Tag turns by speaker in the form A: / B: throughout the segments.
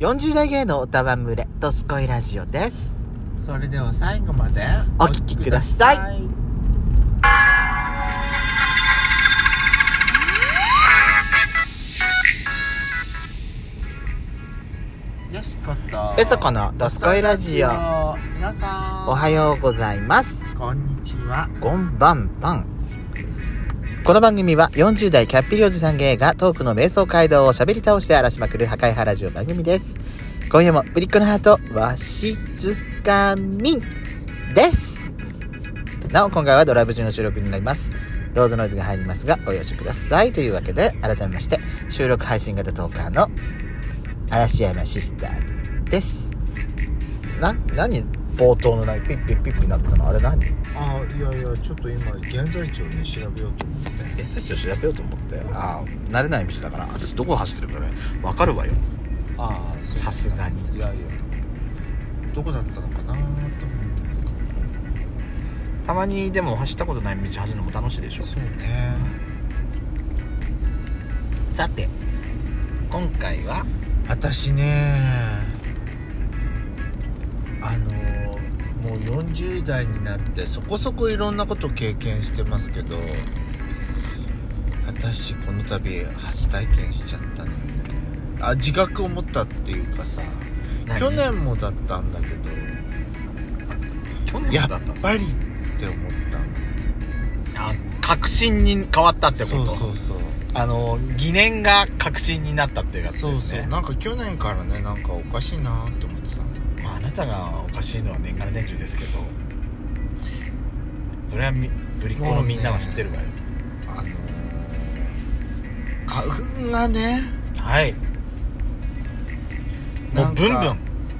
A: 40代芸能歌番群れ、ドスコイラジオです。
B: それでは最後まで
A: お聞きください
B: お聞きくださいよしこと
A: ペソコのドスコイラジオ
B: 皆さん
A: おはようございます。
B: こんにちは
A: こんばんばん。この番組は40代キャッピリおじさん芸がトークの瞑想街道を喋り倒して荒らしまくる破壊派ラジオ番組です。今夜もブリッコのハートわしつかみんです。なお、今回はドライブ中の収録になります。ロードノイズが入りますが、ご容赦ください。というわけで、改めまして、収録配信型トーカーの嵐山シスターです。な、何冒頭の何ピッピッピッピなったのあれ何
B: あいやいやちょっと今現在地をね調べようと思って
C: えちょっと調べようと思ってああ慣れない道だから私どこ走ってるからね分かるわよ
B: ああ
A: さすがに
B: いやいやどこだったのかなと思って
C: たまにでも走ったことない道走るのも楽しいでしょ
B: そうね
A: さて今回は
B: 私ねあのもう40代になってそこそこいろんなこと経験してますけど私この度初体験しちゃったのよねあ自覚を持ったっていうかさ
A: 何
B: 去年もだったんだけど
C: 去年
B: や
C: だ
B: っ
C: ったの
B: ぱりって思ったの
C: あ確信に変わったってこと
B: そうそうそう
C: あの疑念が確信になったっていうやつ
B: そ
C: で
B: う
C: す
B: そう
C: ね
B: なんか去年からねなんかおかしいなって思ってたの
C: まあ、あなたがおかしいのは年がら年中ですけどそれはみぶりっ子のみんなは知ってるわよ、
B: あのー、花粉がね
C: はいも
B: な
C: うんブ
B: か
C: ンブン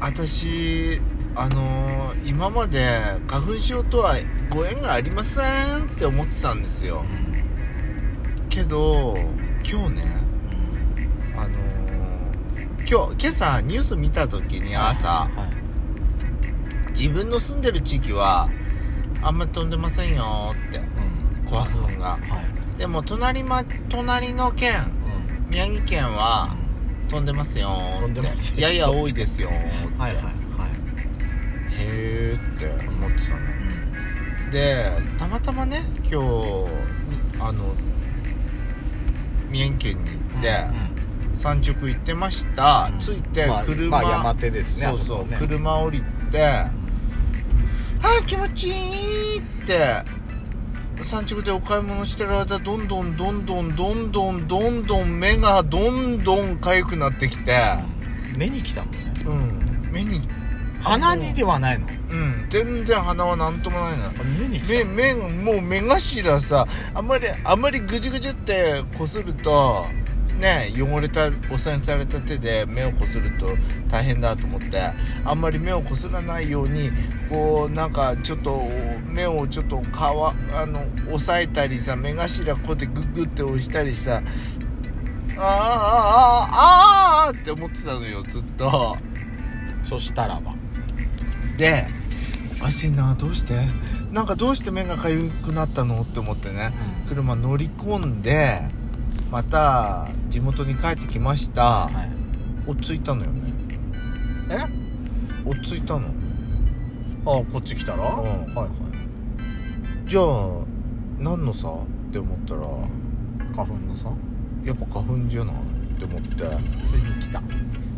B: 私あのー、今まで花粉症とはご縁がありませんって思ってたんですよけど今日ねあのー、今日今朝ニュース見た時に朝
C: はい
B: 自分の住んでる地域はあんま飛んでませんよーって
C: うん
B: 花粉が
C: はい
B: でも隣,、ま、隣の県宮城県は飛んでますよーって
C: 飛んでますよ
B: やや多いですよーって、
C: うんはいはいはい、
B: へーって思ってたねでたまたまね今日あの宮城県に行って、山直行ってました、
C: うん
B: 着いて
C: まあ
B: 車、
C: まあ山手ですね
B: そうそ
C: あ
B: う
C: そこね
B: 車降りてあー気持ちいいって山直でお買い物してる間どんどんどんどんどんどんどんどん目がどんどん痒くなってきて
C: 目に来たもんね
B: うん目に
C: 鼻にではないの
B: うん全然鼻は何ともないな
C: 目に来
B: 目目もう目頭さあんまりあんまりぐじゅぐじゅってこするとね汚れた汚染された手で目をこすると大変だと思ってあんまり目をこすらないようにこうなんかちょっと目をちょっとかわあの押さえたりさ目頭こうやってグッグって押したりさあーあーあーあーって思ってたのよずっと。
C: たそしたらば
B: でおかしいなどうしてなんかどうして目がかゆくなったのって思ってね、
C: うん
B: 車乗り込んでまた地元に帰ってきました、
C: はい
B: 落ち着いたのよね
C: えあ
B: 落ち着いたの
C: こっち来たら、
B: ん
C: はいはい
B: じゃあ何のさって思ったら
C: 花粉のさ
B: やっぱ花粉じゃないって思って
C: ついに来た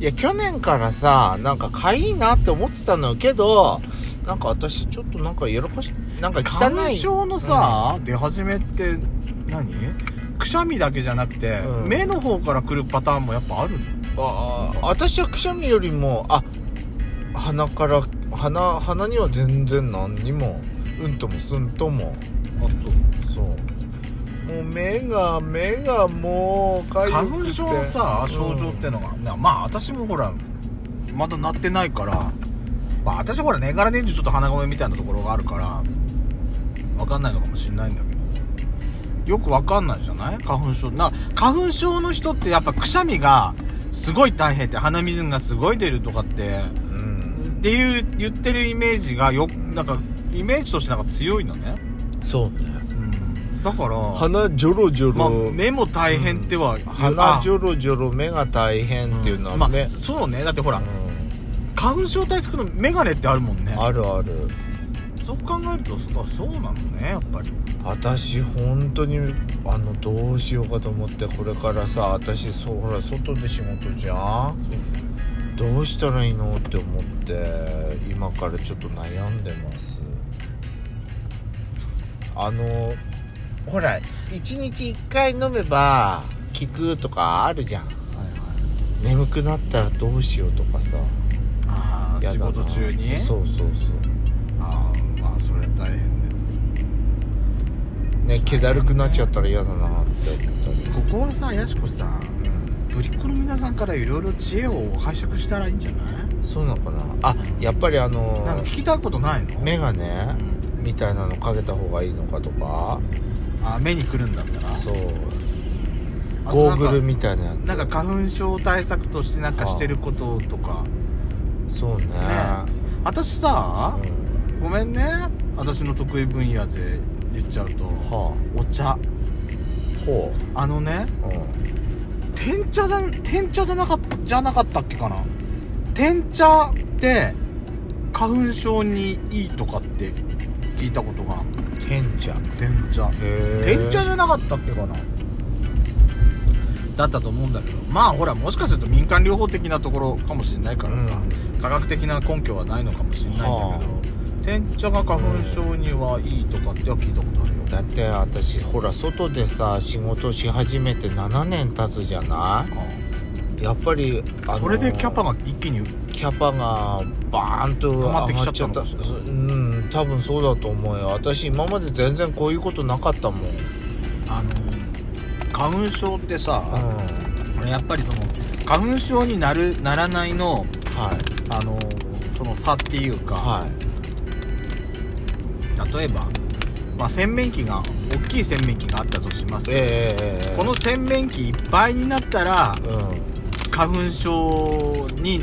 B: いや去年からさなんかかいいなって思ってたのよけどなんか私ちょっとなんかやらかしなんか汚
C: 花粉
B: い
C: 症のさ、出始めって何くしゃみだけじゃなくて、
B: うん
C: 目の方から来るパターンもやっぱあるの
B: ああ私はくしゃみよりもあ鼻から鼻鼻には全然何にもうんともすんとも
C: あ
B: そうもう目が目がもうかゆくて
C: 花粉症のさ
B: うん
C: 症状ってのが、なまあ私もほらまだなってないからまあ私はほら年がら年中ちょっと鼻声みたいなところがあるからわかんないのかもしれないんだけどよくわかんないじゃない花粉症な花粉症の人ってやっぱくしゃみがすごい大変って鼻水がすごい出るとかって
B: うん
C: っていう言ってるイメージがよなんかイメージとしてなんか強いのね
B: そうね
C: うんだから、
B: 鼻ジョロジョ
C: まあ、
B: ロ、
C: 目も大変っては、
B: 鼻ジョ
C: ョ
B: ロジョロ目が大変っていうのは
C: まあ
B: ね、、
C: そうねだってほら、
B: う
C: 花粉症対策の眼鏡ってあるもんね
B: んあるある
C: そう考えるとそうそうなのねやっぱり
B: 私本当にあのどうしようかと思ってこれからさ私そうほら外で仕事じゃんどうしたらいいのって思って今からちょっと悩んでますあのほら1日1回飲めば効くとかあるじゃん眠くなったらどうしようとかさ
C: ああ
B: や
C: 仕
B: だな
C: 事中に
B: そうそうそう
C: ああまあそれは大変です
B: ね気だるくなっちゃったら嫌だなって思ったり
C: ここはさやしこさんぶりっ子の皆さんからいろいろ知恵を拝借したらいいんじゃない
B: そうなのかなあやっぱりあの
C: なんか聞きたいことないの
B: メガネみたいなのかけた方がいいのかとか
C: あ目にくるんだったら
B: そう
C: あと
B: ゴー
C: なんか
B: グルみたいなやつ
C: なんか花粉症対策としてなんかしてることとか、
B: そうね
C: ね私さ
B: うん
C: ごめんね私の得意分野で言っちゃうと
B: は
C: お茶
B: あほ
C: あのね
B: う、う
C: 天茶だ天茶じゃなかっじゃなかったっけかな天茶って花粉症にいいとかって聞いたことが
B: ん、天茶へ
C: 天茶
B: え
C: 天茶じゃなかったっけかなだったと思うんだけどまあほらもしかすると民間療法的なところかもしれないからさ、科学的な根拠はないのかもしれないんだけど、
B: は
C: 天茶が花粉症にはいいとかっては聞いたことあるよ
B: だって私ほら外でさ仕事し始めて7年経つじゃないやっぱり、あの
C: それでキャパが一気に
B: キャパがバーンと
C: 溜まって
B: 上
C: きち
B: が
C: ゃ
B: っちゃ
C: っ
B: ったた
C: のかしら
B: うん多分そうだと思うよ私今まで全然こういうことなかったもん、
C: あの花粉症ってさ、
B: は
C: やっぱりその花粉症になるならないの
B: い
C: あのその差っていうか、
B: はい
C: 例えば、まあ、洗面器が大きい洗面器があったとします、
B: ええええ
C: この洗面器いっぱいになったら
B: うん
C: 花粉症に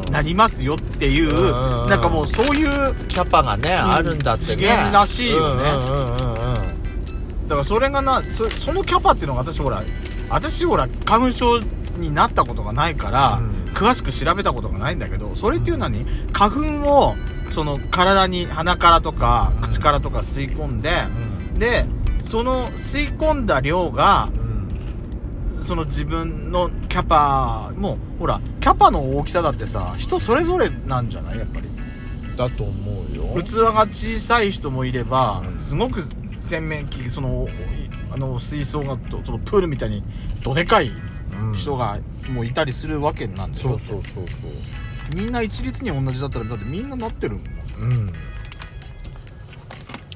B: うん
C: なりますよっていう、
B: うんうんうん
C: なんかもうそういう
B: キャパがね、あるんだってね
C: 次元らしいよね
B: うんうんうんうんうん
C: だからそれがなそそのキャパっていうのが私ほら私ほら花粉症になったことがないから、
B: うん
C: 詳しく調べたことがないんだけどそれっていうのはね花粉をその体に鼻からとか
B: うん
C: 口からとか吸い込んで、でその吸い込んだ量が
B: うん
C: その自分のキャパもほらキャパの大きさだってさ人それぞれなんじゃないやっぱり
B: だと思うよ
C: 器が小さい人もいれば、
B: うん
C: すごく洗面器そのあの水槽がとそのプールみたいにどでかい
B: うん
C: 人がもういたりするわけなんでし
B: そ
C: ょ、
B: うそうそうそ
C: みんな一律に同じだったらだってみんななってるもん
B: ううん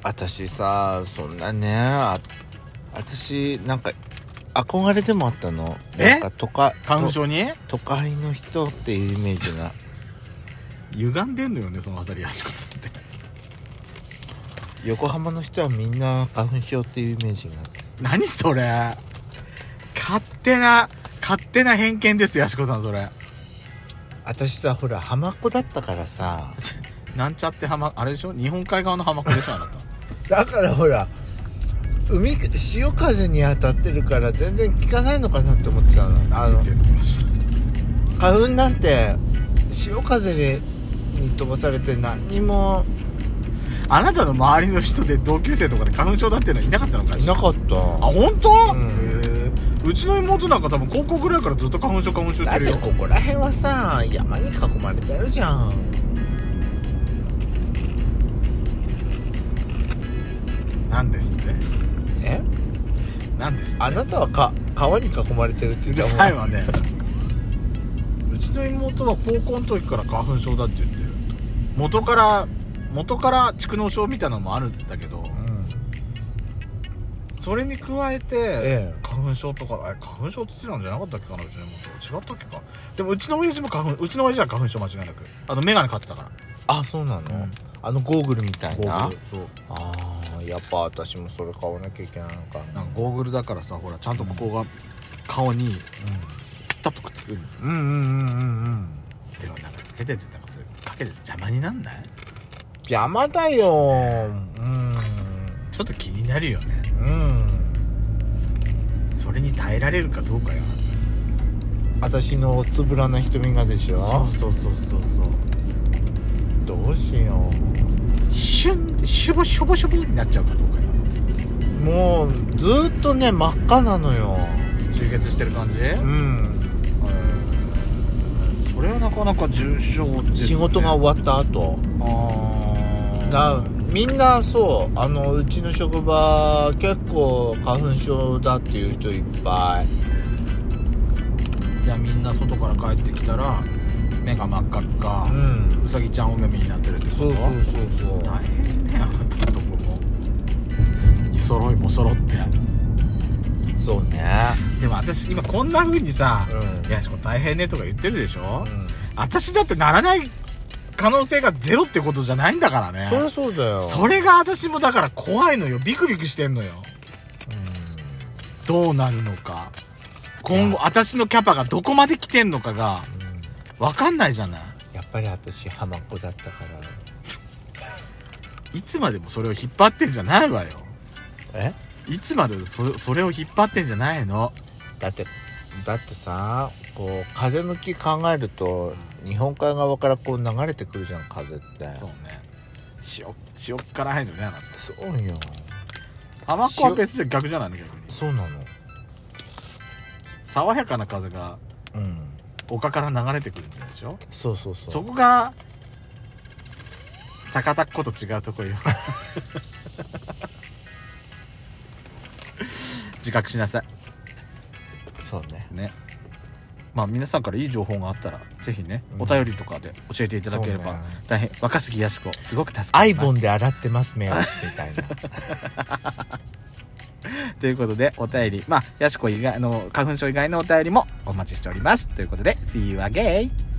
B: 私さそんなねあ私なんか憧れでもあったの
C: え
B: なんか都会
C: 花粉症に
B: 都都会の人っていうイメージが
C: 歪んでんのよねその辺りやしこさんって
B: 横浜の人はみんな花粉症っていうイメージがあって
C: 何それ勝手な勝手な偏見ですよやしこさんそれ
B: 私さほら浜っ子だったからさ
C: なんちゃって浜あれでしょ日本海側の浜っ子でしょあな
B: だ
C: た
B: からほら海潮風に当たってるから全然効かないのかなって思ってたのあの
C: って言ってました
B: 花粉なんて潮風にに飛ばされて何にも
C: あなたの周りの人で同級生とかで花粉症だっていうのはいなかったのかしら
B: なかった
C: あ本当、
B: うん
C: へえうちの妹なんか多分高校ぐらいからずっと花粉症花粉症してるよ
B: だってここら辺はさ山に囲まれてるじゃん
C: なんですって
B: え
C: なんですって
B: あなたはか川に囲まれてるって
C: う
B: 言
C: る
B: って
C: さいわねうちの妹は高校の時から花粉症だって言ってる元から元から蓄膿症みたいなのもあるんだけど
B: うん
C: それに加えて、
B: ええ
C: 花粉症とかあれ花粉症って言ってたんじゃなかったっけかなうちの妹違ったっけかでもうちの親父も花粉うちの親父は花粉症間違いなくあの眼鏡買ってたから
B: あそうなの、
C: うん
B: あのゴーグルみたいな
C: そう
B: あーやっぱ私もそれ買わなきゃいけないのかな
C: なんかゴーグルだからさほらちゃんとここが顔にピタッとくっつくんです
B: うんうんうんうんうん
C: でもなんかつけててなんかそれかけてて邪魔になんない
B: 邪魔だようん
C: ちょっと気になるよね
B: うんうん
C: それに耐えられるかどうかよ
B: 私のつぶらな瞳がでしょ
C: そうそうそうそう
B: どうしよ
C: シュンってシュボショボショボになっちゃうかどうかよ
B: うもうずーっとね真っ赤なのよ
C: 充血してる感じ
B: うん
C: それはなかなか重症です、ね、
B: 仕事が
C: あ
B: 終わった後
C: あ
B: だ
C: ー
B: みんなそうあのうちの職場結構花粉症だっていう人いっぱい
C: いやみんな外から帰ってきたら目が真っ赤っか、
B: ん
C: うさぎちゃんお目目になってるってこと
B: そうそうそうそう
C: 大変ねあなたのとこも揃いも揃って
B: そうね
C: でも私今こんな風にさ「
B: うん
C: いやしこ大変ね」とか言ってるでしょ、
B: うん
C: 私だってならない可能性がゼロってことじゃないんだからね
B: そりゃそうだよ
C: それが私もだから怖いのよビクビクしてんのよどうなるのか今後私のキャパがどこまで来てんのかが分かんないじゃない
B: やっぱり私浜っ子だったから
C: いつまでもそれを引っ張ってんじゃないわよ
B: え
C: いつまでもそそれを引っ張ってんじゃないの
B: だってだってさこう風向き考えると日本海側からこう流れてくるじゃん風って
C: そうね塩塩っから入るのねあな
B: そうよ
C: た浜っ子は別じゃ逆じゃないの逆に
B: そうなの
C: 爽やかな風が
B: うん
C: 丘から流れてくるんじゃないでしょ
B: そうそうそう
C: そこが逆田っこと違うとこ ろよ自覚しなさい
B: そうね
C: ねまあ皆さんからいい情報があったらぜひね、
B: うん
C: お便りとかで教えていただければ、
B: そうね
C: 大変若杉やしこすごく助か
B: アイ
C: ります
B: ボンで洗ってます 目をみたいな
C: ということでお便りまあやしこ以外あの花粉症以外のお便りもお待ちしておりますということで See you again!